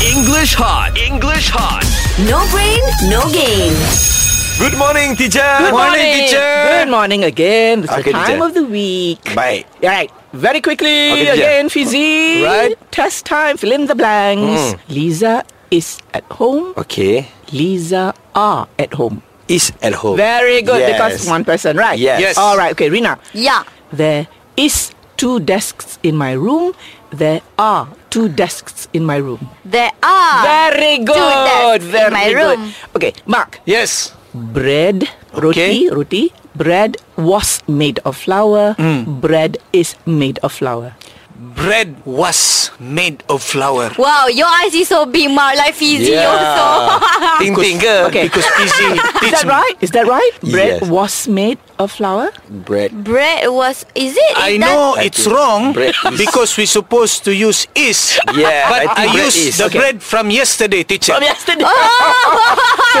English hot. English hot. No brain, no game. Good morning, teacher. Good Good morning again. It's the Okay, time teacher. of the week. Baik. All right. Very quickly Okay, teacher. again, Fizzy. Right. Hmm. Test time. Fill in the blanks. Lisa is at home. Okay. Lisa are at home. Is at home. Very good Yes. because one person, right? Yes. Yes. All right. Okay, Rina. Yeah. There is two desks in my room. There are two desks in my room. There are. Very good. Ah, desks in Very my good. room. Okay, Mark. Yes. Bread, roti, roti. Bread was made of flour. Bread is made of flour. Bread was made of flour. Wow, your eyes is so big, Mark. Like Fiji Yeah. also. Ting ting ke? Okay. Because easy Is teach that me. right? Is that right? Bread Yes. was made of flour. Bread. Bread was. Is it? I Is that- know I it's think wrong bread is- because we supposed to use is. Yeah, I But think I, bread use is. the Okay. bread from yesterday, teacher. From yesterday. Oh,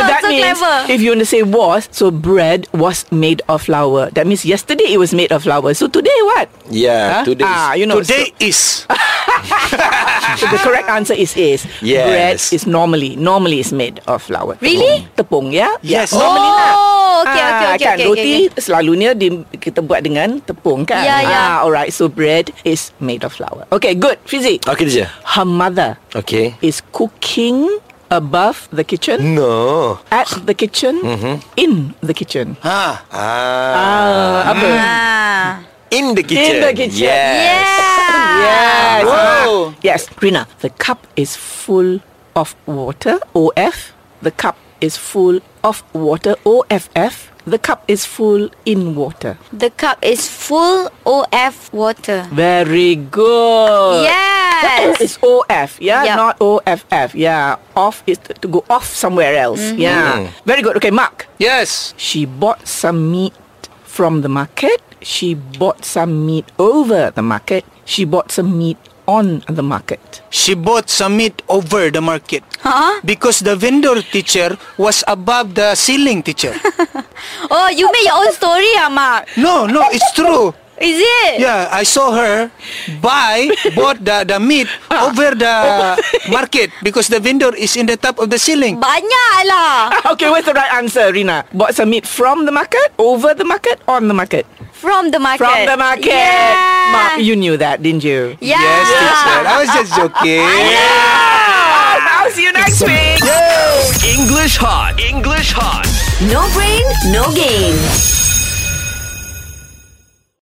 So that so means clever. if you want to say was, so bread was made of flour. That means yesterday it was made of flour. So today what? Yeah. Huh? Today. is- ah, you know, so- Today is. So the correct answer is is. Yes. Bread is normally normally is made of flour. Really? Tepung ya? Yes. Yeah. Normally lah. Oh, okay, okay, Ah, okay, kan okay, roti okay, selalunya di, kita buat dengan tepung kan. Ya, ya. Ah, alright. So bread is made of flour. Okay, good. Fizi. Okay, teacher. Her mother Okay. is cooking above the kitchen, No. at the kitchen, in the kitchen. Ah, Ah. Ah, apa? Ah. In the kitchen. the kitchen. Yes. Yeah. Yes. Wow. Yes, Rina. The cup is full of water. O F. The cup is full of water. O F F. The cup is full in water. The cup is full OF water. Very good. Yes. It's O F, yeah, Yup. not O F F, yeah. Off is to, to go off somewhere else, Mm-hmm. yeah. Very good. Okay, Mark. yes. She bought some meat from the market. She bought some meat over the market. She bought some meat on the market. She bought some meat over the market. Huh? Because the vendor teacher was above the ceiling teacher. Oh, you made your own story, ah, Mark. no, no, it's true. Is it? Yeah, I saw her buy bought the the meat over the market because the vendor is in the top of the ceiling. Banyak lah. Okay, what's the right answer, Rina? Bought some meat from the market, over the market, on the market? From the market. From the market. Yeah. Mark, you knew that, didn't you? yeah. Yes, teacher. I was just joking. Alright, I'll see you next week. English hot. English hot. No brain, no game.